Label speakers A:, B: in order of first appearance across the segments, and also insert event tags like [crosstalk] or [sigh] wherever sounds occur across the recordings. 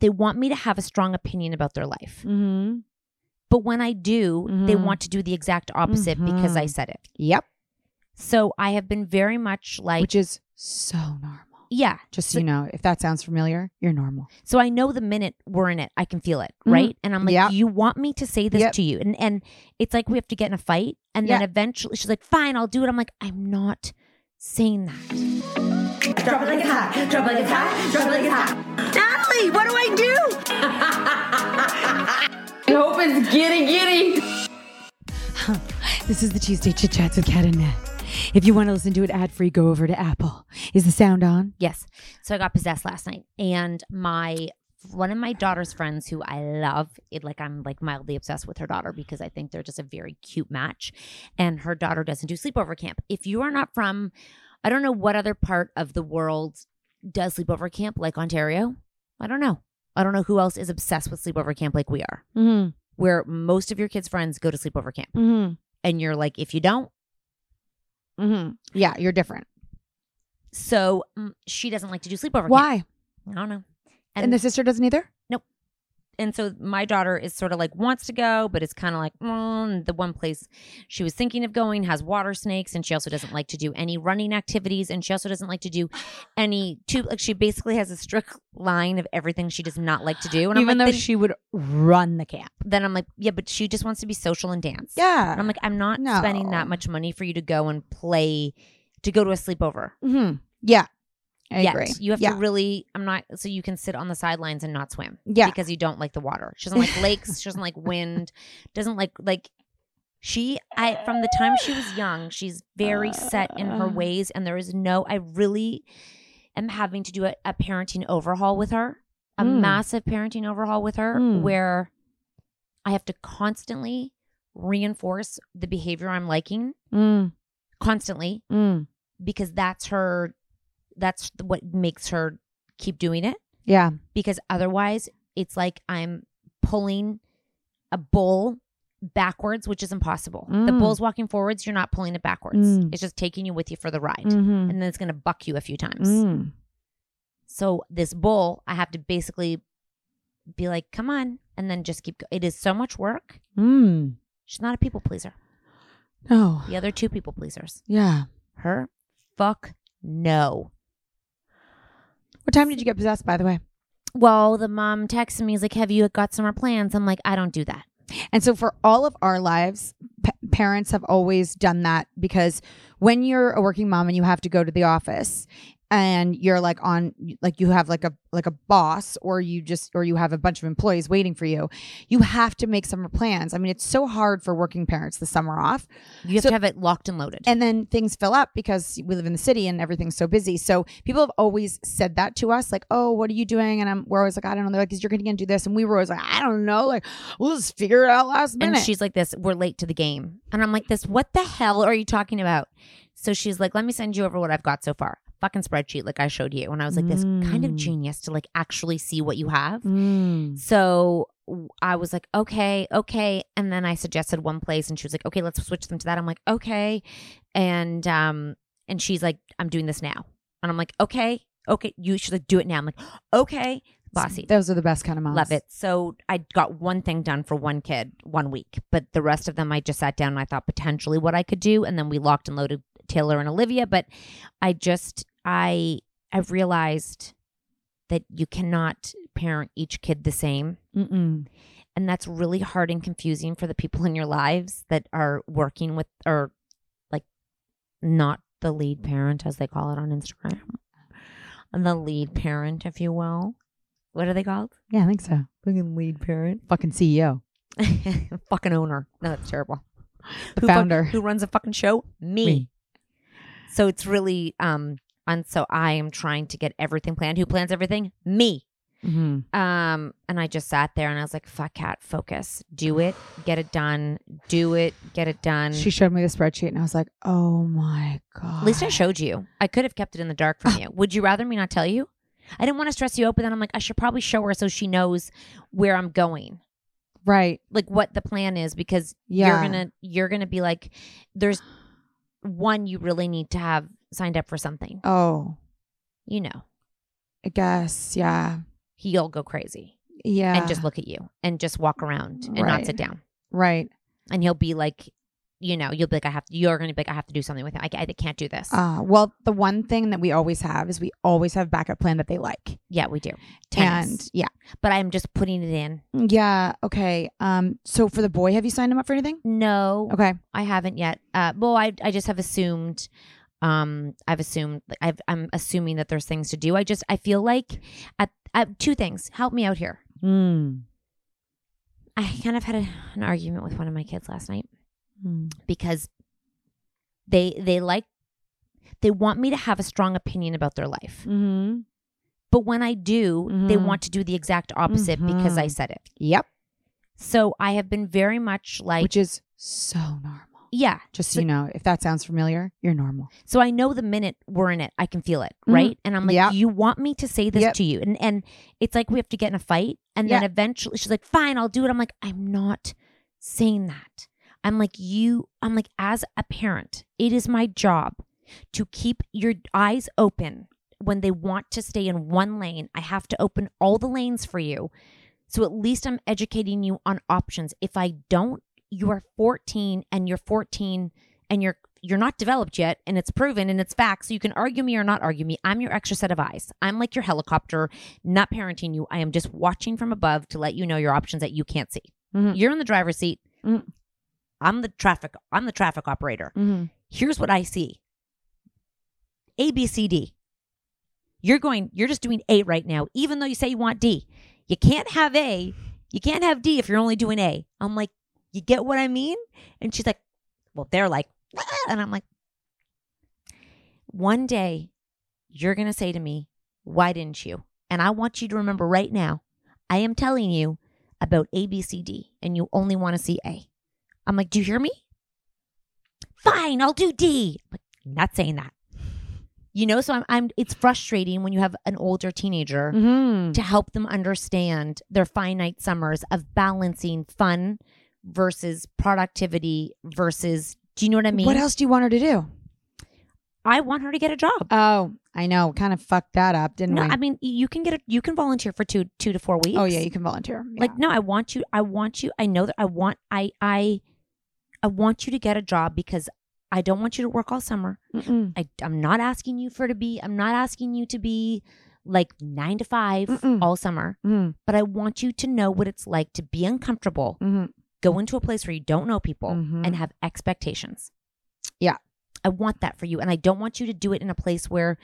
A: They want me to have a strong opinion about their life.
B: Mm-hmm.
A: But when I do, they want to do the exact opposite because
B: Mm-hmm.
A: I said it.
B: Yep.
A: So I have been very much like,
B: Which is so normal.
A: yeah.
B: Just so
A: so,
B: you know, if that sounds familiar, you're normal.
A: so I know the minute we're in it, I can feel it,
B: Mhm.
A: right? And I'm like,
B: Yep.
A: you want me to say this
B: Yep.
A: to you, and and it's like we have to get in a fight, and then
B: Yeah.
A: eventually she's like, fine, I'll do it. I'm like, I'm not saying that.
C: Drop it like it's hot. Drop it like it's hot. Drop it like it's hot. Natalie, what do I do? I hope it's giddy giddy.
B: This is the Tuesday Chit Chats with Kat and Nat. If you want to listen to it ad free, go over to Apple. Is the sound on?
A: Yes. So I got possessed last night, and my one of my daughter's friends, who I love, it like I'm like mildly obsessed with her daughter because I think they're just a very cute match, and her daughter doesn't do sleepover camp. If you are not from, I don't know what other part of the world does sleepover camp like Ontario. I don't know. I don't know who else is obsessed with sleepover camp like we are,
B: Mm-hmm.
A: where most of your kids' friends go to sleepover camp,
B: Mm-hmm.
A: and you're like, if you don't,
B: Mm-hmm. Yeah, you're different.
A: so mm, she doesn't like to do sleepover. camp.
B: Why?
A: I don't know.
B: And, the sister doesn't either?
A: and so my daughter is sort of like wants to go, but it's kind of like mm, the one place she was thinking of going has water snakes, and she also doesn't like to do any running activities, and she also doesn't like to do any tube. Like she basically has a strict line of everything she does not like to do. And
B: Even
A: I'm like,
B: though
A: then,
B: she would run the camp.
A: then I'm like, yeah, but she just wants to be social and dance.
B: Yeah.
A: and I'm like, I'm not
B: No.
A: spending that much money for you to go and play, to go to a sleepover.
B: Mm-hmm. Yeah. I
A: yet.
B: agree.
A: You have
B: yeah.
A: to really. I'm not. So you can sit on the sidelines and not swim.
B: Yeah.
A: Because you don't like the water. She doesn't like lakes. she doesn't
B: [laughs]
A: like wind. Doesn't like like. She I from the time she was young, she's very set in her
B: Uh.
A: ways, and there is no. I really am having to do a, a parenting overhaul with her, a
B: Mm.
A: massive parenting overhaul with her,
B: Mm.
A: where I have to constantly reinforce the behavior I'm liking
B: Mm,
A: constantly
B: mm.
A: because that's her that's what makes her keep doing it
B: Yeah.
A: because otherwise it's like I'm pulling a bull backwards, which is impossible. The
B: Mm.
A: bull's walking forwards, you're not pulling it backwards.
B: Mm.
A: It's just taking you with you for the ride.
B: Mm-hmm.
A: And then it's going to buck you a few times.
B: Mm.
A: So this bull, I have to basically be like, come on, and then just keep go It is so much work.
B: Mm.
A: She's not a people pleaser.
B: No.
A: The other two people pleasers.
B: Oh, Yeah.
A: Her? Fuck no.
B: What time did you get possessed, by the way?
A: Well, the mom texted me, he's like, have you got summer plans? I'm like, I don't do that.
B: And so, for all of our lives, p- parents have always done that because when you're a working mom and you have to go to the office and you're like on like you have like a like a boss or you just or you have a bunch of employees waiting for you you have to make summer plans i mean it's so hard for working parents the summer off
A: You have
B: So-
A: to have it locked and loaded.
B: and then things fill up because we live in the city and everything's so busy. So people have always said that to us, like, "Oh, what are you doing?" And I'm, we're always like, "I don't know." They're like, "Is you're going to do this?" And we were always like, "I don't know." Like, we'll just figure it out last minute.
A: And she's like, "This, we're late to the game." And I'm like, "This, what the hell are you talking about?" So she's like, "Let me send you over what I've got so far." Fucking spreadsheet, like I showed you. And I was like, "This kind of
B: Mm.
A: genius to like actually see what you have."
B: Mm.
A: So w- I was like, "Okay, okay." And then I suggested one place, and she was like, "Okay, let's switch them to that." I'm like, "Okay," and um, and she's like, "I'm doing this now," and I'm like, "Okay, okay." You she's like, "Do it now." I'm like, "Okay." Bossy.
B: Those are the best kind of moms.
A: Love it. So I got one thing done for one kid one week, but the rest of them I just sat down and I thought potentially what I could do. And then we locked and loaded Taylor and Olivia. But I just I I realized that you cannot parent each kid the same.
B: Mm-mm.
A: And that's really hard and confusing for the people in your lives that are working with or like not the lead parent as they call it on Instagram. The lead parent, if you will. What are they called?
B: Yeah, I think so.
A: Fucking lead parent.
B: Fucking E CEO,
A: [laughs] fucking owner. No, that's terrible.
B: the
A: Who fuck-
B: founder.
A: who runs a fucking show? Me.
B: Me.
A: So it's really um and so I am trying to get everything planned. Who plans everything? Me.
B: Mhm.
A: Um and I just sat there and I was like, fuck cat, focus. Do it, get it done, do it, get it done.
B: She showed me the spreadsheet, and I was like, "Oh my god!"
A: At least I showed you. I could have kept it in the dark from you. Would you rather me not tell you? I didn't want to stress you out, but then I'm like, I should probably show her so she knows where I'm going.
B: Right?
A: Like what the plan is because
B: Yeah.
A: you're gonna you're gonna be like there's one you really need to have signed up for something
B: Oh,
A: you know
B: I guess. Yeah.
A: he'll go crazy
B: Yeah.
A: and just look at you and just walk around and not
B: Right.
A: sit down
B: right.
A: and he'll be like you know you'll be like i have you're gonna be like i have to do something with it i, I can't do this
B: Uh, well, the one thing that we always have is we always have backup plan that they like.
A: yeah we do Tennis.
B: And yeah.
A: but i'm just putting it in
B: Yeah. Okay. Um, so for the boy, have you signed him up for anything?
A: no
B: Okay.
A: i haven't yet uh well i i just have assumed um i've assumed I've, i'm assuming that there's things to do i just i feel like at, at two things help me out here
B: Mm.
A: I kind of had a, an argument with one of my kids last night
B: Mm-hmm.
A: because they they like they want me to have a strong opinion about their life.
B: Mm-hmm.
A: But when I do, they
B: Mhm.
A: want to do the exact opposite because I said it.
B: Yep.
A: So I have been very much like
B: Which is so normal.
A: yeah.
B: Just so you know, if that sounds familiar, you're normal.
A: So I know the minute we're in it, I can feel it,
B: Mhm.
A: right? And I'm like,
B: Yep.
A: you want me to say this
B: Yep.
A: to you, and and it's like we have to get in a fight, and then
B: Yeah.
A: eventually she's like, fine, I'll do it. I'm like, I'm not saying that. I'm like, you. I'm like, as a parent, it is my job to keep your eyes open when they want to stay in one lane. I have to open all the lanes for you. So at least I'm educating you on options. If I don't, you are 14 and you're 14 and you're you're not developed yet and it's proven and it's fact so you can argue me or not argue me i'm your extra set of eyes i'm like your helicopter not parenting you i am just watching from above to let you know your options that you can't see
B: Mhm.
A: you're in the driver's seat
B: Mhm.
A: i'm the traffic i'm the traffic operator
B: Mm-hmm.
A: here's what I see. A, B, C, D. You're going, you're just doing A right now, even though you say you want D. You can't have A. You can't have D if you're only doing A. I'm like, you get what I mean? And she's like, well, they're like, "Ah," and I'm like, one day you're going to say to me, why didn't you? And I want you to remember right now, I am telling you about A, B, C, D, and you only want to see A. I'm like, do you hear me? fine, I'll do D. I'm like, not saying that. You know, so I'm, I'm it's frustrating when you have an older teenager
B: Mm-hmm.
A: to help them understand their finite summers of balancing fun versus productivity versus do you know what I mean?
B: What else do you want her to do?
A: I want her to get a job.
B: Oh, I know. Kind of fucked that up, didn't
A: no,
B: we?
A: I mean you can get a, you can volunteer for two two to four weeks.
B: oh yeah, you can volunteer.
A: Like no, I want you. I want you. I know that I want. I I I want you to get a job because I don't want you to work all summer.
B: Yeah. Mm-mm.
A: I I'm not asking you for to be. I'm not asking you to be like nine to 5
B: Mm-mm.
A: all summer.
B: Mm.
A: But I want you to know what it's like to be uncomfortable,
B: Mhm.
A: go into a place where you don't know people,
B: Mhm.
A: and have expectations.
B: Yeah.
A: I want that for you, and I don't want you to do it in a place where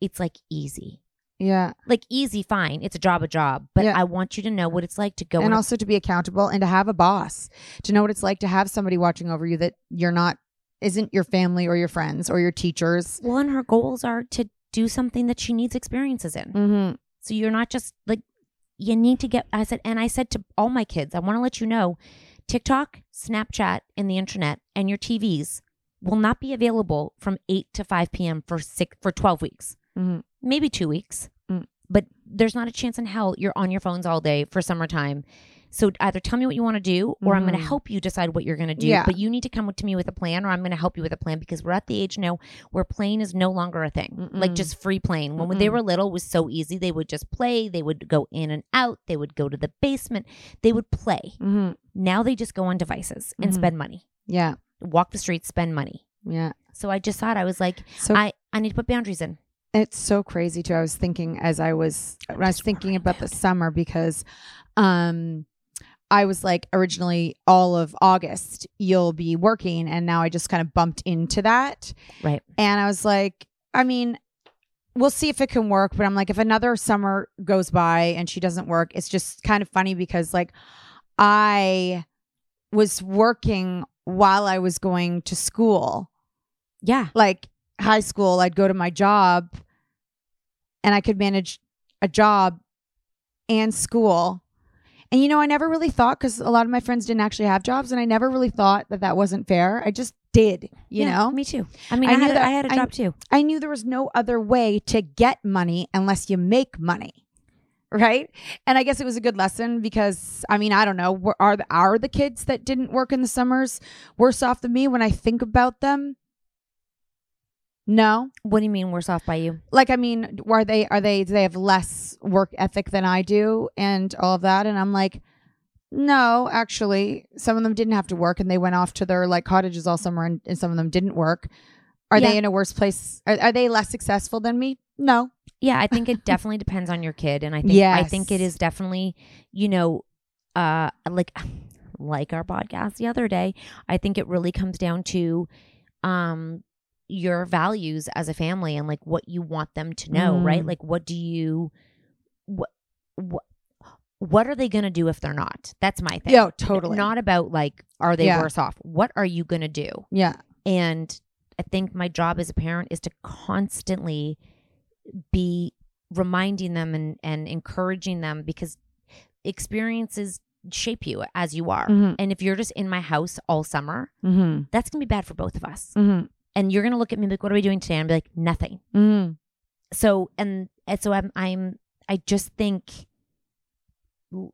A: it's like easy
B: Yeah,
A: like easy fine it's a job a job but
B: Yeah.
A: i want you to know what it's like to go
B: and
A: in a-
B: also to be accountable and to have a boss, to know what it's like to have somebody watching over you that you're not isn't your family or your friends or your teachers.
A: well and her goals are to do something that she needs experiences in
B: Mm-hmm.
A: so you're not just like you need to get i said and i said to all my kids i want to let you know tiktok snapchat and the internet and your tvs will not be available from 8 to 5 p.m for six for 12 weeks
B: Mhm.
A: maybe two weeks
B: Mm.
A: but there's not a chance in hell you're on your phones all day for summertime so either tell me what you want to do or i'm going to
B: Mhm.
A: help you decide what you're going to do
B: Yeah.
A: but you need to come to me with a plan or i'm going to help you with a plan because we're at the age now where playing is no longer a thing like
B: Mm-mm.
A: just free playing when, when they
B: Mm-mm.
A: were little it was so easy they would just play they would go in and out they would go to the basement they would play
B: Mm-hmm.
A: now they just go on devices and
B: Mhm.
A: spend money
B: Yeah,
A: walk the streets spend money
B: yeah.
A: so i just thought i was like
B: So
A: i i need to put boundaries in
B: It's so crazy too. I was thinking as I was when I was
A: just
B: thinking
A: worried
B: about the
A: about it.
B: summer because um I was like originally all of August you'll be working and now I just kind of bumped into that.
A: Right.
B: And I was like, I mean, we'll see if it can work, but I'm like if another summer goes by and she doesn't work, it's just kind of funny because like I was working while I was going to school
A: yeah
B: like high school, I'd go to my job and I could manage a job and school. And you know, I never really thought because a lot of my friends didn't actually have jobs, and I never really thought that that wasn't fair. I just did, you
A: Yeah,
B: know.
A: me too i mean
B: I
A: i,
B: knew
A: had, a-
B: that-
A: I had a
B: I-
A: job too
B: I knew there was no other way to get money unless you make money. Right. And I guess it was a good lesson because I mean, I don't know, were- are the, are the kids that didn't work in the summers worse off than me when I think about them? No.
A: what do you mean worse off by you
B: like i mean are they are they do they have less work ethic than i do and all of that and i'm like no actually some of them didn't have to work and they went off to their like cottages all summer and, and some of them didn't work are
A: Yeah.
B: they in a worse place are, are they less successful than me no
A: Yeah, I think
B: [laughs]
A: it definitely depends on your kid, and I think I think it
B: Yes.
A: is definitely you know, uh, like [sighs] like our podcast the other day. I think it really comes down to, um, your values as a family and like what you want them to know, right?
B: Mm.
A: Like, what do you, what, what, what are they gonna do if they're not? That's my thing.
B: yo totally
A: Not about like are they
B: Yeah.
A: worse off? What are you gonna do?
B: yeah
A: And I think my job as a parent is to constantly be reminding them and, and encouraging them because experiences shape you as you are.
B: Mhm.
A: And if you're just in my house all summer,
B: mm-hmm
A: that's going to be bad for both of us.
B: mm-hmm
A: And you're going to look at me like, what are we doing today? And I'll be like, nothing.
B: mm-hmm
A: So, and, and so I'm, I'm, I just think l-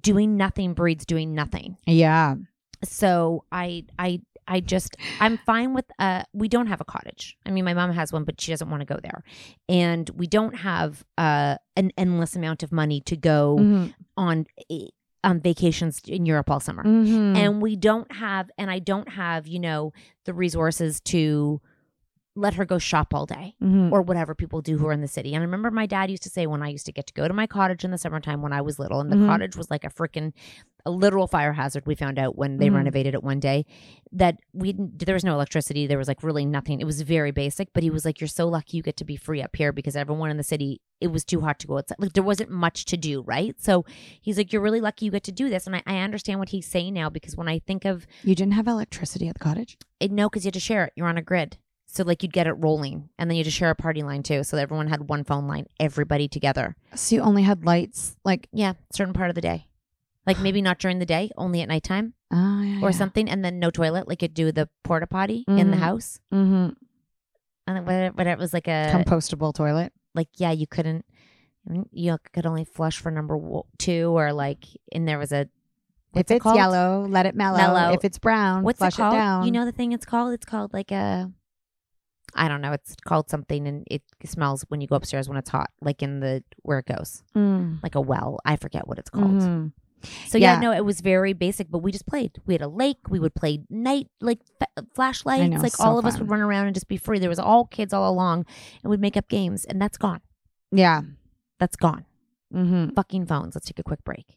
A: doing nothing breeds doing nothing
B: yeah
A: so i i i just i'm fine with uh we don't have a cottage i mean my mom has one but she doesn't want to go there and we don't have uh an endless amount of money to go
B: mm-hmm.
A: on eh, on vacations in europe all summer
B: Mm. Mm-hmm.
A: and we don't have and i don't have you know the resources to let her go shop all day
B: mm-hmm.
A: or whatever people do who are in the city. And I remember my dad used to say when I used to get to go to my cottage in the summertime when I was little, and the
B: Mhm.
A: cottage was like a freaking a literal fire hazard. We found out when they
B: Mhm.
A: renovated it one day that we didn't, there was no electricity. There was like really nothing. It was very basic. But he was like, "You're so lucky you get to be free up here because everyone in the city it was too hot to go outside. Like there wasn't much to do, right? So he's like, "You're really lucky you get to do this." And I, I understand what he's saying now because when I think of
B: you didn't have electricity at the cottage
A: it, no, because you had to share it. You're on a grid. So like you'd get it rolling and then you had to share a party line too. So that everyone had one phone line, everybody together.
B: so you only had lights like
A: Yeah, certain part of the day. Like maybe not during the day, only at nighttime
B: Oh, yeah,
A: or
B: yeah.
A: something, and then no toilet, like you do the porta potty in the
B: Mhm.
A: house.
B: Mhm.
A: And then whether, whether it was like
B: Uh,
A: a
B: compostable toilet.
A: like yeah, you couldn't you could only flush for number wo- two or like, and there was a
B: If
A: what's it
B: it's
A: called?
B: yellow, let it mellow.
A: Mellow.
B: If it's brown,
A: What's
B: flush
A: it called?
B: down.
A: You know the thing it's called? It's called like a I don't know. It's called something and it smells when you go upstairs when it's hot, like in the where it goes.
B: Mm.
A: Like a well. I forget what it's called.
B: Mhm.
A: So yeah.
B: Yeah.
A: no, it was very basic, but we just played. We had a lake, we would play night like f- flashlights,
B: know,
A: like
B: so
A: all of us
B: fun.
A: would run around and just be free. There was all kids all along and we'd make up games and that's gone.
B: Yeah.
A: That's gone.
B: Mm-hmm.
A: Fucking phones. Let's take a quick break.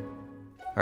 D: All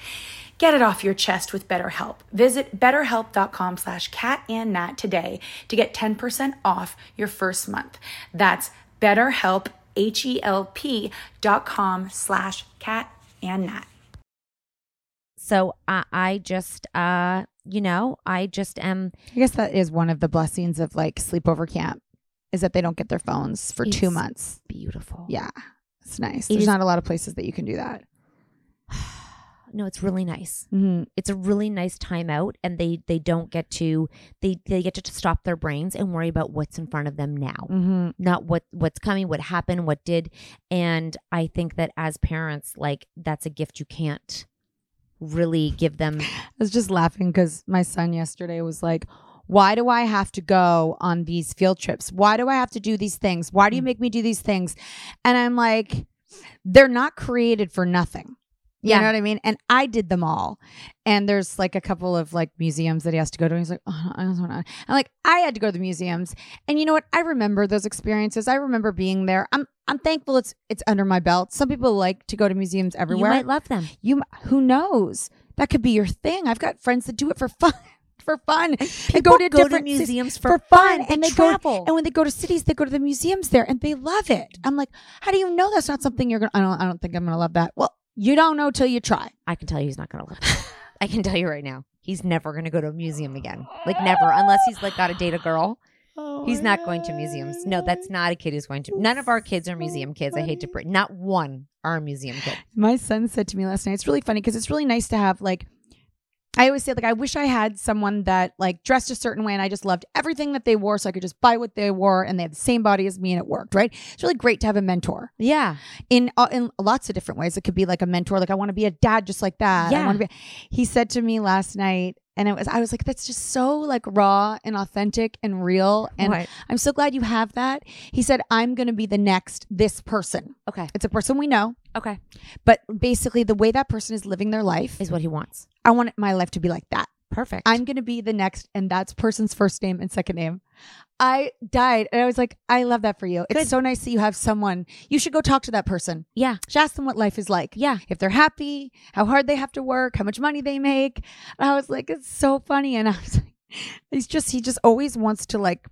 E: Get it off your chest with BetterHelp. Visit betterhelp.com slash catandnat today to get 10% off your first month. That's betterhelp, H-E-L-P dot com slash catandnat.
A: So I I just uh you know, I just am
B: I guess that is one of the blessings of like sleepover camp is that they don't get their phones for two
A: It's-
B: months.
A: beautiful.
B: Yeah, it's nice.
A: It
B: There's
A: is-
B: not a lot of places that you can do that.
A: No, it's really nice.
B: Mm-hmm.
A: It's a really nice time out and they they don't get to they they get to stop their brains and worry about what's in front of them now.
B: Mm-hmm.
A: Not what what's coming, what happened, what did. And I think that as parents, like that's a gift you can't really give them.
B: [laughs] I was just laughing because my son yesterday was like, why do I have to go on these field trips? Why do I have to do these things?
A: Mm.
B: Why do you make me do these things? And I'm like, they're not created for nothing. You
A: Yeah.
B: know what I mean? And I did them all. And there's like a couple of like museums that he has to go to. And he's like, oh, I don't want to. I'm like, I had to go to the museums. And you know what? I remember those experiences. I remember being there. I'm I'm thankful it's it's under my belt. Some people like to go to museums everywhere.
A: might love them.
B: You m- who knows? That could be your thing. I've got friends that do it for [laughs] fun. For fun, and go
A: people
B: to
A: go to
B: different cities
A: museums for fun.
B: and
A: They
B: they go
A: travel.
B: and when they go to cities, they go to the museums there, and they love it. I'm like, how do you know that's not something you're gonna? I don't. I don't think I'm gonna love that. Well, you don't know till you try.
A: I can tell you he's not going to love it. I can tell you right now. He's never going to go to a museum again. Like never, unless he's like got to date a girl. he's not going to museums. No, that's not a kid who's going to. None of our kids are museum kids. I hate to bring. Not one are a museum kid.
B: My son said to me last night, it's really funny because it's really nice to have like I always say like I wish I had someone that like dressed a certain way and I just loved everything that they wore so I could just buy what they wore and they had the same body as me and it worked, right? It's really great to have a mentor.
A: Yeah.
B: In uh, in lots of different ways. It could be like a mentor like I want to be a dad just like that. I
A: Yeah.
B: want to be He said to me last night and it was I was like that's just so like raw and authentic and real and
A: Right.
B: I'm so glad you have that. He said I'm going to be the next this person.
A: Okay.
B: It's a person we know.
A: Okay.
B: But basically, the way that person is living their life
A: Is what he wants.
B: I want my life to be like that.
A: Perfect.
B: I'm going to be the next, and that's person's first name and second name. I died, and I was like, I love that for you. It's
A: Good.
B: so nice that you have someone. You should go talk to that person.
A: Yeah.
B: Just ask them what life is like.
A: Yeah.
B: If they're happy, how hard they have to work, how much money they make. And I was like, it's so funny. And I was like, [laughs] he's just, he just always wants to like,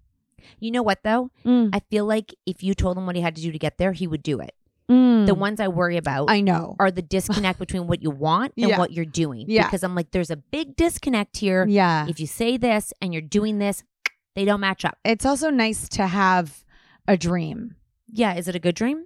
A: You know what though?
B: Mm.
A: I feel like if you told him what he had to do to get there, he would do it. The ones I worry about
B: Mm. I know.
A: are the disconnect between what you want and
B: Yeah.
A: what you're doing.
B: Yeah.
A: Because I'm like, there's a big disconnect here.
B: Yeah.
A: If you say this and you're doing this, they don't match up.
B: It's also nice to have a dream.
A: Yeah. Is it a good dream?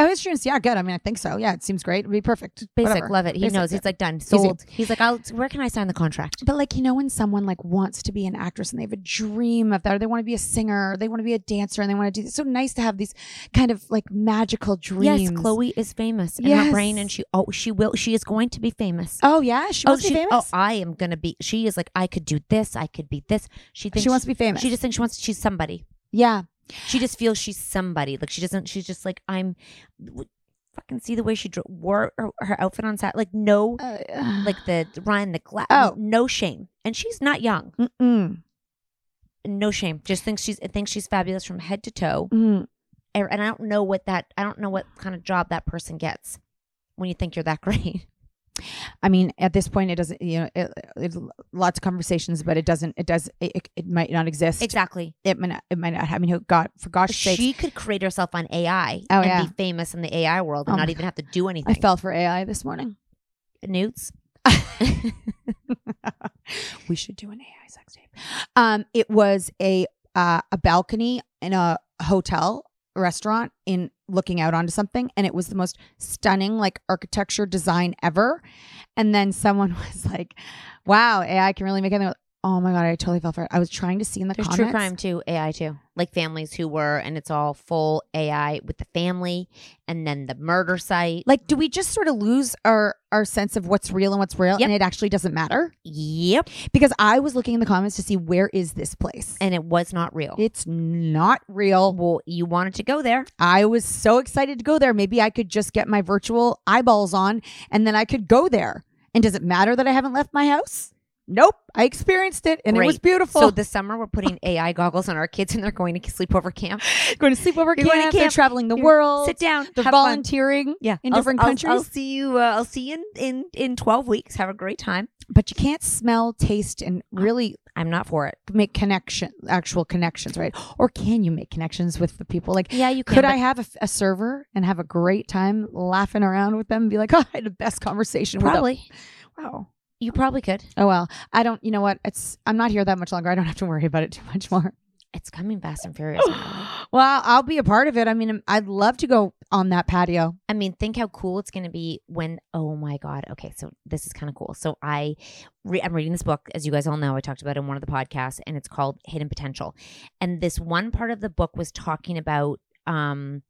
B: Oh, his dreams. Yeah, good. I mean, I think so. Yeah, it seems great. It'd be perfect.
A: Basic,
B: Whatever.
A: love it. He
B: Basic,
A: knows.
B: yeah.
A: He's like done,
B: Easy.
A: sold. He's like, I'll, where can I sign the contract?
B: But like, you know, when someone like wants to be an actress and they have a dream of that, or they want to be a singer, or they want to be a dancer, and they want to do it's so nice to have these kind of like magical dreams.
A: Yes, Chloe is famous in her brain, and
B: Yes.
A: she oh she will she is going to be famous.
B: Oh yeah, she wants to be famous.
A: Oh, I am gonna be. She is like, I could do this. I could be this. She thinks
B: wants to be famous.
A: She just thinks she wants. She's somebody.
B: yeah.
A: She just feels she's somebody. Like she doesn't. She's just like I'm. w- Fucking see the way she dro- wore her, her outfit on set. Like no, like the Ryan the glass.
B: Uh, Oh.
A: no shame. And she's not young.
B: Mm-mm.
A: No shame. Just thinks she's thinks she's fabulous from head to toe.
B: Mm.
A: And and I don't know what that. I don't know what kind of job that person gets when you think you're that [laughs] great.
B: I mean, at this point, it doesn't. You know, it, it, lots of conversations, but it doesn't. It does. It, it, it might not exist.
A: Exactly.
B: It might. Not, it might not. I mean, who- God, for gosh sake,
A: She could create herself on AI
B: Oh,
A: and
B: yeah.
A: be famous in the AI world and
B: Oh
A: not
B: my
A: even have to do anything.
B: I fell for AI this morning. [laughs]
A: Newts.
B: we should do an AI sex tape. Um, it was a uh, a balcony in a hotel restaurant in looking out onto something, and it was the most stunning like architecture design ever. And then someone [laughs] was like, "Wow, AI can really make anything." Oh my god, I totally fell for it. I was trying to see in the
A: There's true
B: comments.
A: crime too, AI too. Like families who were, and it's all full AI with the family and then the murder site.
B: Like, do we just sort of lose our our sense of what's real and what's real,
A: Yep.
B: and it actually doesn't matter?
A: Yep.
B: Because I was looking in the comments to see where is this place.
A: And it was not real.
B: It's not real.
A: well, you wanted to go there.
B: I was so excited to go there. Maybe I could just get my virtual eyeballs on and then I could go there. And does it matter that I haven't left my house? Nope. I experienced it and it was
A: Great.
B: beautiful.
A: So this summer we're putting [laughs] AI goggles on our kids and they're going to sleepover camp.
B: [laughs] going to sleepover
A: You're going to
B: camp, they're
A: camp.
B: traveling the
A: You're-
B: world.
A: sit down,
B: They're
A: have fun.
B: volunteering in
A: I'll-
B: different
A: I'll-
B: countries.
A: I'll see you. Uh, I'll see you in, in in twelve weeks. Have a great time.
B: but you can't smell, taste, and really
A: I'm not for it.
B: make connection, actual connections, right? Or can you make connections with the people? Like,
A: Yeah, you can,
B: Could
A: but-
B: I have a, f- a server and have a great time laughing around with them? And be like, [laughs] oh, I had the best conversation. with them."
A: Probably.
B: Wow.
A: You probably could.
B: Oh well, I don't. You know what? It's I'm not here that much longer. I don't have to worry about it [laughs] too much
A: [gasps]
B: more.
A: It's coming fast and [gasps] furious. Marilyn.
B: Well, I'll be a part of it. I mean, I'd love to go on that patio.
A: I mean, think how cool it's going to be when, oh my God. Okay. So this is kind of cool. So I, re- I'm reading this book, as you guys all know, I talked about it in one of the podcasts and it's called Hidden Potential. And this one part of the book was talking about, um,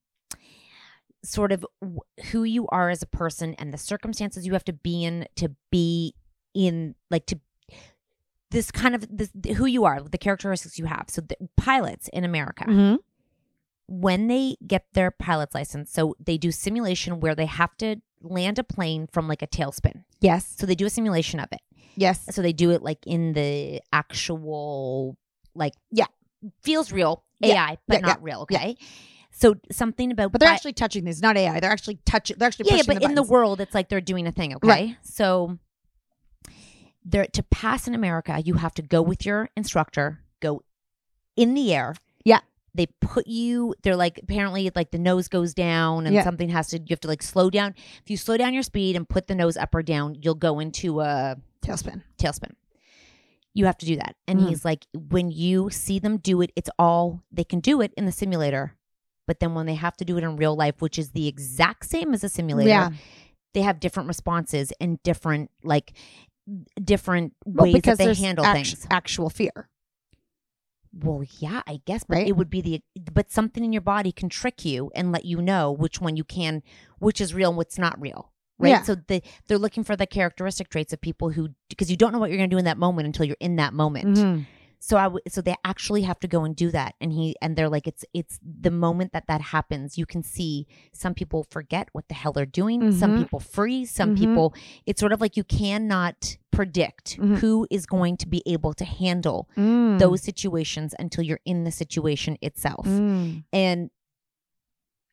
A: sort of w- who you are as a person and the circumstances you have to be in to be in like to this kind of this who you are the characteristics you have so the pilots in america when they get their pilot's license, so they do simulation where they have to land a plane from like a tailspin.
B: Yes.
A: So they do a simulation of it.
B: Yes.
A: So they do it like in the actual, like,
B: yeah,
A: feels real AI,
B: Yeah.
A: but
B: Yeah,
A: not
B: yeah,
A: real. Okay. So something about,
B: But they're
A: bi-
B: actually touching these, not AI. They're actually touching. They're actually
A: yeah, yeah,
B: pushing
A: but in the
B: buttons.
A: world, it's like they're doing a thing. Okay,
B: Right.
A: so there to pass in America, you have to go with your instructor, go in the air.
B: Yeah.
A: They put you. They're like apparently like the nose goes down and
B: Yeah.
A: something has to. You have to like slow down. If you slow down your speed and put the nose up or down, you'll go into a
B: tailspin.
A: Tailspin. You have to do that. And
B: Mhm.
A: he's like, when you see them do it, it's all they can do it in the simulator. But then when they have to do it in real life, which is the exact same as a simulator,
B: Yeah.
A: they have different responses and different like different
B: Well,
A: ways that
B: because
A: they
B: there's
A: handle
B: act-
A: things.
B: Actual fear.
A: Well, yeah, I guess, but
B: Right?
A: it would be the but something in your body can trick you and let you know which one you can, which is real and what's not real, right?
B: Yeah.
A: So the, they're looking for the characteristic traits of people who because you don't know what you're going to do in that moment until you're in that moment.
B: Mhm.
A: So I w- so they actually have to go and do that, and he and they're like it's it's the moment that that happens, you can see some people forget what the hell they're doing, some
B: Mhm.
A: people freeze, some
B: Mhm.
A: people it's sort of like you cannot predict
B: Mhm.
A: who is going to be able to handle
B: Mm.
A: those situations until you're in the situation itself.
B: Mm.
A: And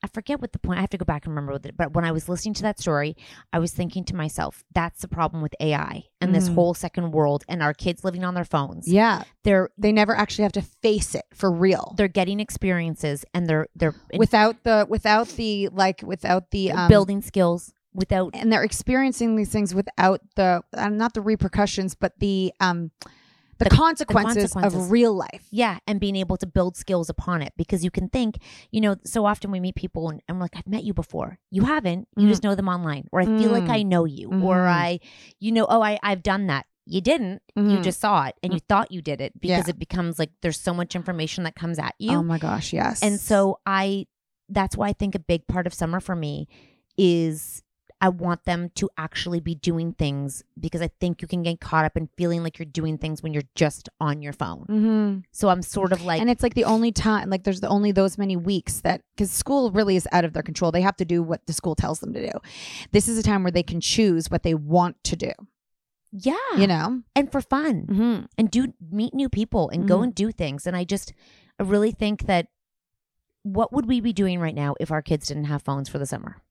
A: I forget what the point. I have to go back and remember what it. But when I was listening to that story, I was thinking to myself, "That's the problem with AI and this
B: Mhm.
A: whole second world, and our kids living on their phones.
B: Yeah.
A: They're
B: They never actually have to face it for real.
A: they're getting experiences, and they're they're in-
B: without the without the like without the um,
A: building skills without
B: and they're experiencing these things without the uh, not the repercussions but the um the, consequences,
A: consequences.
B: of real life
A: Yeah, and being able to build skills upon it because you can think, you know, so often we meet people and, and we're like, I've met you before. You haven't. You just know them online. Or I feel like
B: Mm.
A: I know you. Or
B: Mhm.
A: I, you know, oh, I, I've done that. You didn't. You
B: Mhm.
A: just saw it and you thought you did it because
B: Yeah.
A: it becomes like there's so much information that comes at you.
B: oh my gosh yes
A: And so I, that's why I think a big part of summer for me is I want them to actually be doing things because I think you can get caught up in feeling like you're doing things when you're just on your phone.
B: Mhm.
A: So I'm sort of like,
B: and it's like the only time like there's the only those many weeks that because school really is out of their control they have to do what the school tells them to do this is a time where they can choose what they want to do
A: yeah,
B: you know
A: and for fun
B: mm-hmm.
A: and do meet new people and go
B: Mhm.
A: and do things. And I just, I really think that what would we be doing right now if our kids didn't have phones for the summer?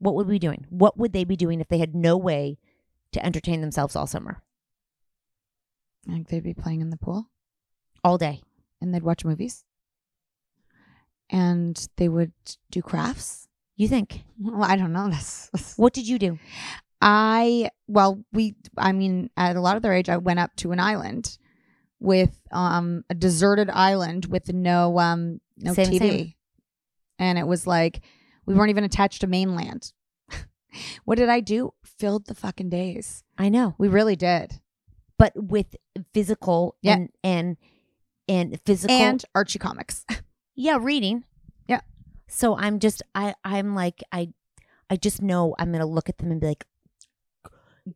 A: What would we be doing? What would they be doing if they had no way to entertain themselves all summer,
B: like they'd be playing in the pool
A: all day?
B: and they'd watch movies and they would do crafts
A: You think?
B: well i don't know [laughs] that's, that's
A: What did you do?
B: I well, we I mean, at a lot of their age, I went up to an island with um a deserted island with no um no
A: Same,
B: TV,
A: same.
B: and it was like we weren't even attached to mainland. [laughs] what did I do? Filled the fucking days.
A: I know,
B: We really did,
A: but with physical
B: Yeah.
A: and and and physical
B: and Archie comics. [laughs]
A: yeah, reading.
B: Yeah.
A: So I'm just I I'm like I I just know I'm gonna look at them and be like,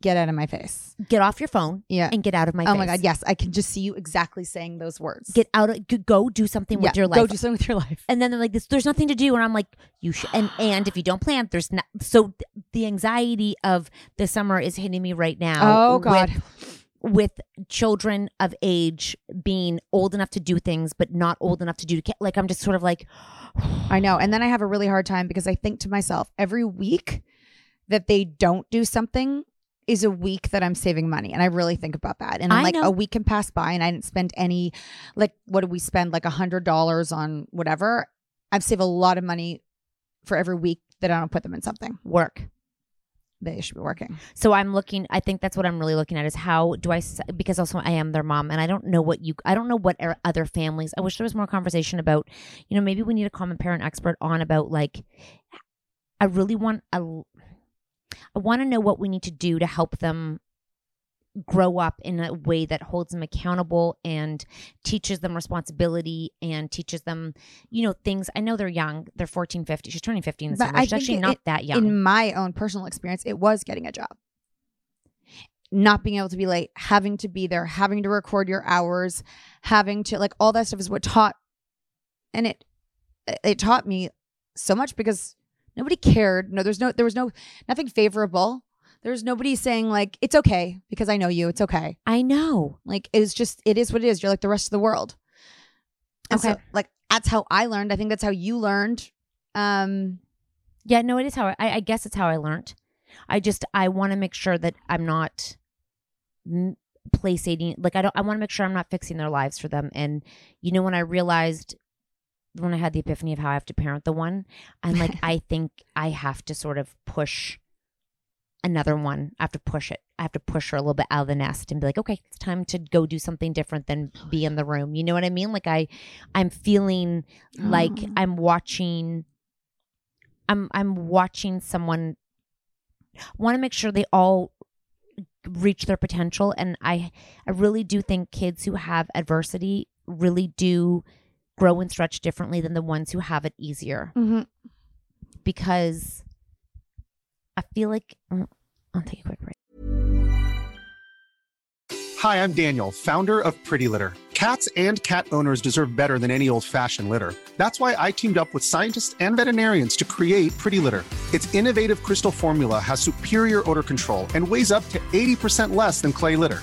B: Get out of my face.
A: get off your phone
B: Yeah.
A: and get out of my
B: oh
A: face.
B: my god, yes, I can just see you exactly saying those words.
A: get out of g- go do something with
B: Yeah,
A: your life
B: Go do something with your life.
A: and then they're like this there's nothing to do and i'm like you should
B: [sighs]
A: and and if you don't plan there's not so th- the anxiety of the summer is hitting me right now
B: Oh, God.
A: with, with children of age being old enough to do things but not old enough to do ca- like i'm just sort of like
B: I know. And then I have a really hard time because I think to myself every week that they don't do something is a week that I'm saving money. And I really think about that. And I'm
A: I
B: like,
A: know.
B: a week can pass by and I didn't spend any, like, what did we spend? Like a $100 on whatever. I've saved a lot of money for every week that I don't put them in something.
A: work
B: They should be working.
A: So I'm looking. I think that's what I'm really looking at is how do I s- because also I am their mom and I don't know what you I don't know what are other families. I wish there was more conversation about you know maybe we need a common parent expert on about like I really want a I want to know what we need to do to help them grow up in a way that holds them accountable and teaches them responsibility and teaches them you know things i know they're young they're 14 15 she's turning 15 this
B: But
A: summer
B: I
A: she's
B: think
A: actually
B: it-
A: not that young
B: In my own personal experience, it was getting a job. Not being able to be late, having to be there, having to record your hours, having to like all that stuff is what taught and it it taught me so much because Nobody cared. No, there's no, there was no, nothing favorable. There's nobody saying like, it's okay because I know you. It's okay.
A: I know.
B: Like it's just, it is what it is. You're like the rest of the world. And so,
A: Okay.
B: like that's how I learned. I think that's how you learned. Um,
A: Yeah, no, it is how I, I guess it's how I learned. I just I want to make sure that I'm not m- placating. Like I don't. I want to make sure I'm not fixing their lives for them. And you know, when I realized when I had the epiphany of how I have to parent the one, I'm like, I think I have to sort of push another one. I have to push it. I have to push her a little bit out of the nest and be like, okay, it's time to go do something different than be in the room. You know what I mean? Like I, I'm feeling like
B: Oh.
A: I'm watching. I'm I'm watching someone want to make sure they all reach their potential and I I really do think kids who have adversity really do grow and stretch differently than the ones who have it easier because I feel like Mm, I'll take a quick break.
F: Hi, I'm Daniel, founder of Pretty Litter. Cats and cat owners deserve better than any old fashioned litter. That's why I teamed up with scientists and veterinarians to create Pretty Litter. Its innovative crystal formula has superior odor control and weighs up to 80% less than clay litter.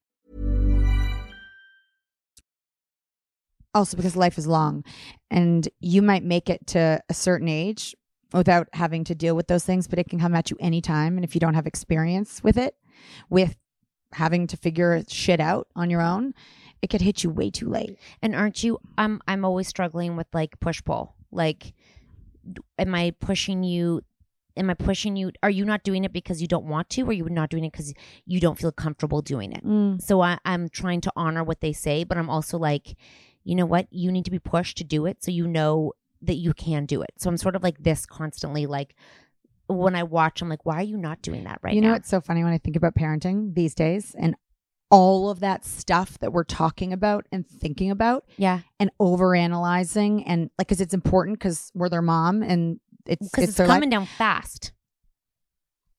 B: also because life is long and you might make it to a certain age without having to deal with those things but it can come at you anytime and if you don't have experience with it with having to figure shit out on your own it could hit you way too late
A: And aren't you? I'm I'm always struggling with like push pull. Like, d- am I pushing you? Am I pushing you? Are you not doing it because you don't want to, or you not doing it because you don't feel comfortable doing it?
B: Mm.
A: So I, I'm trying to honor what they say, but I'm also like, you know what? You need to be pushed to do it, so you know that you can do it. So I'm sort of like this constantly. Like when I watch, I'm like, why are you not doing that right
B: you know
A: now?
B: it's so funny when i think about parenting these days and all of that stuff that we're talking about and thinking about
A: yeah
B: and overanalyzing and like because it's important because we're their mom and it's
A: Because it's
B: their life.
A: coming down fast.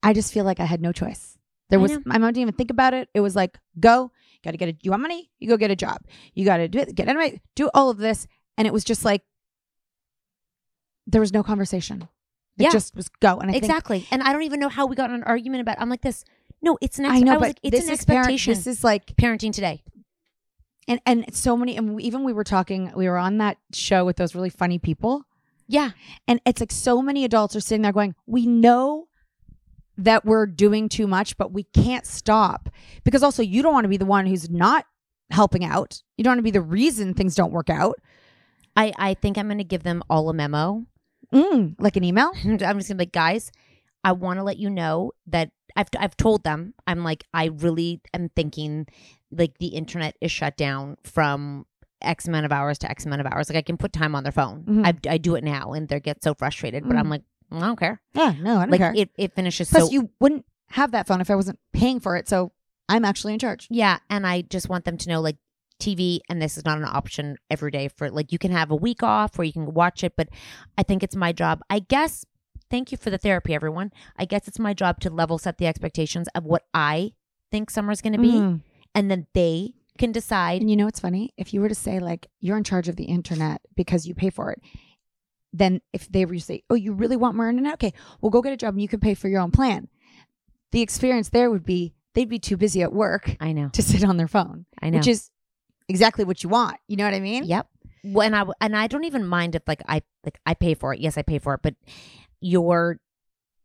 B: I just feel like I had no choice. There
A: I
B: was
A: know.
B: my mom didn't even think about it. It was like, go, got to get a. You want money? You go get a job. You got to do it. Get anyway. Do all of this, and it was just like there was no conversation. It
A: Yeah.
B: just was go. And I think-
A: exactly. and I don't even know how we got in an argument about. I'm like this. No, it's an. Ex-
B: I know,
A: was
B: but
A: like, it's
B: this
A: an
B: is parent-
A: expectation.
B: this is like
A: parenting today.
B: and and so many. And we- even we were talking. We were on that show with those really funny people.
A: Yeah,
B: and it's like so many adults are sitting there going, we know that we're doing too much, but we can't stop because also you don't want to be the one who's not helping out. You don't want to be the reason things don't work out.
A: I I think I'm going to give them all a memo, [laughs]
B: mm, like an email.
A: I'm just going to be like, guys, I want to let you know that I've I've told them. I'm like, I really am thinking like the internet is shut down from X amount of hours to X amount of hours. Like I can put time on their phone.
B: Mhm.
A: I I do it now, and they get so frustrated. But I'm
B: Mhm.
A: like, I Mm-hmm. don't care.
B: Yeah, no, I don't
A: like
B: care.
A: it it finishes.
B: Plus,
A: so
B: you wouldn't have that phone if I wasn't paying for it. So I'm actually in charge.
A: Yeah, and I just want them to know like TV and this is not an option every day for like you can have a week off where you can watch it, but I think it's my job. I guess thank you for the therapy everyone. I guess it's my job to level set the expectations of what I think summer's going to be
B: Mm.
A: and then they can decide.
B: And you know what's funny? If you were to say like you're in charge of the internet because you pay for it, then if they were to say, "Oh, you really want more internet? Okay, well go get a job and you can pay for your own plan." The experience there would be they'd be too busy at work. [laughs]
A: I know
B: to sit on their phone.
A: I know.
B: which is exactly what you want. You know what I mean?
A: Yep. Well, and I w- and I don't even mind if like I like I pay for it. Yes, I pay for it, but you're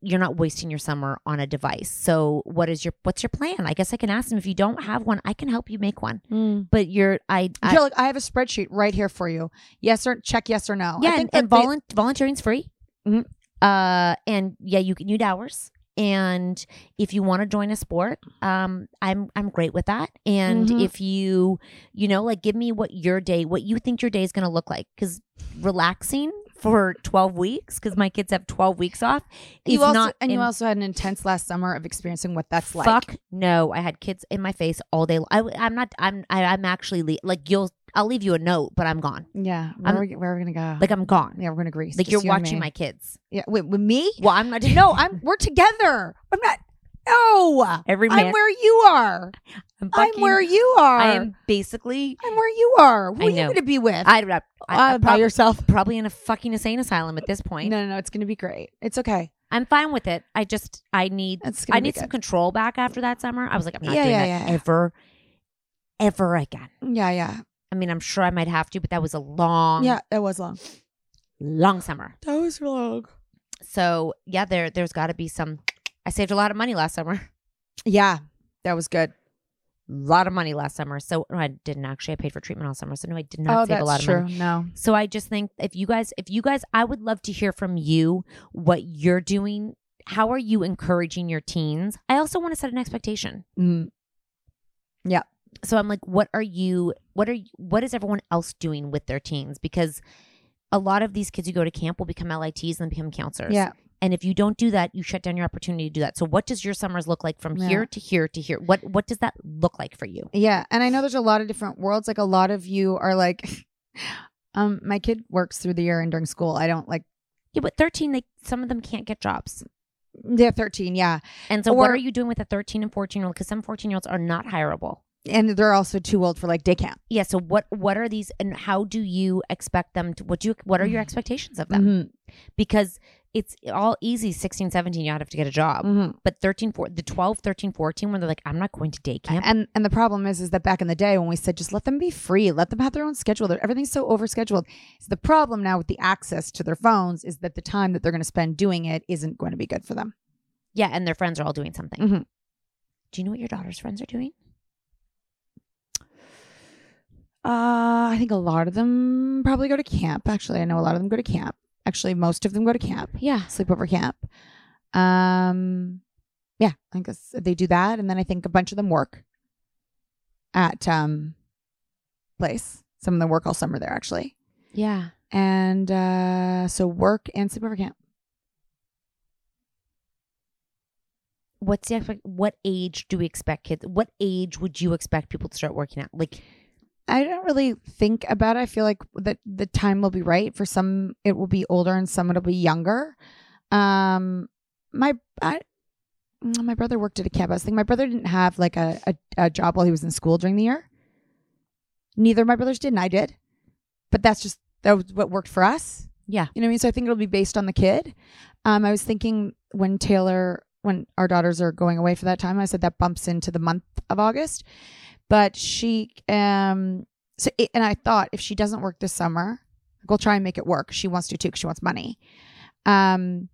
A: you're not wasting your summer on a device. So what is your what's your plan? I guess I can ask them if you don't have one, I can help you make one. But you're I, Mm. I
B: You're like, I have a spreadsheet right here for you. Yes or check yes or no.
A: yeah,
B: I
A: and,
B: that
A: and
B: they- Mm-hmm.
A: volun- volunteering's free. Uh, and yeah, you can you need hours. And if you want to join a sport, um, I'm I'm great with that. And
B: Mm-hmm.
G: Mhm.
A: if you, you know, like give me what your day, what you think your day is going to look like, because relaxing for 12 weeks, because my kids have 12 weeks off, is
B: you also,
A: not
B: and you
A: in-
B: also had an intense last summer of experiencing what that's like.
A: Fuck no! I had kids in my face all day. Long. I, am not. I'm. I, I'm actually le- like you'll. I'll leave you a note, but I'm gone.
B: Yeah, where
A: I'm-
B: are we, where are we gonna go?
A: Like I'm gone.
B: Yeah, we're gonna Greece.
A: Like
B: just
A: you're
B: you and
A: watching
B: me.
A: my kids.
B: Yeah, with, with me?
A: Well, I'm not.
B: No, [laughs] I'm. We're together. I'm not. No,
A: Every
B: I'm
A: man-
B: where you are.
A: I'm,
B: I'm where you are.
A: I am basically.
B: I'm where you are. Who
A: I
B: are you
A: know.
B: gonna be with?
A: I, I, I,
B: Uh, by
A: yourself. Probably in a fucking insane asylum at this point.
B: No, no, no. It's gonna be great. It's okay.
A: I'm fine with it. I just I need
B: gonna
A: I
B: be
A: need some
B: good.
A: control back after that summer. I was like, I'm not
B: Yeah,
A: doing
B: yeah,
A: that
B: yeah.
A: ever, ever again.
B: Yeah, yeah,
A: I mean, I'm sure I might have to, but that was a long,
B: yeah. That was long.
A: long summer.
B: That was long.
A: So yeah, there there's got to be some. I saved a lot of money last summer. [laughs]
B: Yeah, that was good.
A: A lot of money last summer. So no, I didn't actually. I paid for treatment all summer. So no, I did not
B: Oh,
A: save
B: that's
A: a lot of
B: true.
A: money.
B: No.
A: So I just think if you guys, if you guys, I would love to hear from you what you're doing. How are you encouraging your teens? I also want to set an expectation.
B: Mm. Yeah.
A: so i'm like what are you what are you, what is everyone else doing with their teens because a lot of these kids who go to camp will become lits and then become counselors
B: Mm, Yeah.
A: and if you don't do that you shut down your opportunity to do that so what does your summers look like from
B: Yeah.
A: here to here to here what what does that look like for you
B: Yeah, and I know there's a lot of different worlds. Like a lot of you are like, [laughs] um, my kid works through the year and during school. I don't like.
A: yeah but 13 they some of them can't get jobs
B: Yeah, thirteen. Yeah,
A: and so what
B: Or-
A: are you doing with a 13 and 14 year old because some 14 year olds are not hireable
B: and they're also too old for like day camp.
A: yeah so what what are these and how do you expect them to what do you what are
B: Mm-hmm.
A: your expectations of them because it's all easy 16 17 you have to get a job
B: Mm-hmm.
A: but 13 four, the 12 13 14 when they're like i'm not going to day camp
B: And and the problem is is that back in the day when we said just let them be free, let them have their own schedule. They're- Everything's so overscheduled. So the problem now with the access to their phones is that the time that they're going to spend doing it isn't going to be good for them.
A: yeah and their friends are all doing something
B: Mhm.
A: do you know what your daughter's friends are doing
B: Uh, I think a lot of them probably go to camp. Actually, I know a lot of them go to camp. Actually, most of them go to camp.
A: Yeah,
B: sleepover camp. Um, yeah, I think that's, they do that, and then I think a bunch of them work at um place. Some of them work all summer there, actually.
A: yeah
B: And uh, so work and sleepover camp.
A: what's the expect- what age do we expect kids what age would you expect people to start working out like
B: I don't really think about it. I feel like that the time will be right. For some, it will be older, and some it'll be younger. Um, my I, mm, my brother worked at a camp. I was thinking my brother didn't have like a, a a job while he was in school during the year. Neither of my brothers did, and I did. But that's just that was what worked for us.
A: Yeah,
B: you know what I mean. So I think it'll be based on the kid. Um, I was thinking when Taylor, when our daughters are going away for that time, I said that bumps into the month of August but she um so it, and I thought if she doesn't work this summer, we'll try and make it work. She wants to too 'cause she wants money. Um,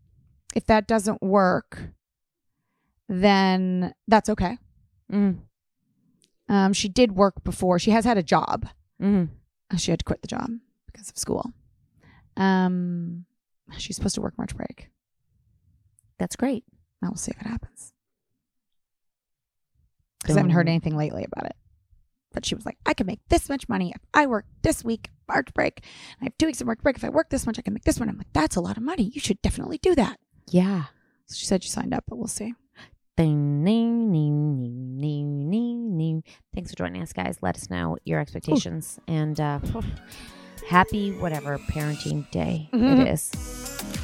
B: if that doesn't work, then that's okay. Mm-hmm. Um, she did work before. She has had a job. Uh, She had to quit the job because of school. Um, she's supposed to work March break.
A: That's great.
B: I will see if it happens. Because I haven't heard
A: Don't-
B: anything lately about it. But she was like, I can make this much money if I work this week, March break. I have two weeks of March break. If I work this much, I can make this one. I'm like, that's a lot of money. You should definitely do that.
A: yeah
B: So she said she signed up, but we'll see.
A: Ding, ding, ding, ding, ding, ding, ding. Thanks for joining us, guys. Let us know your expectations and uh, happy whatever parenting day
B: Mhm.
A: it is.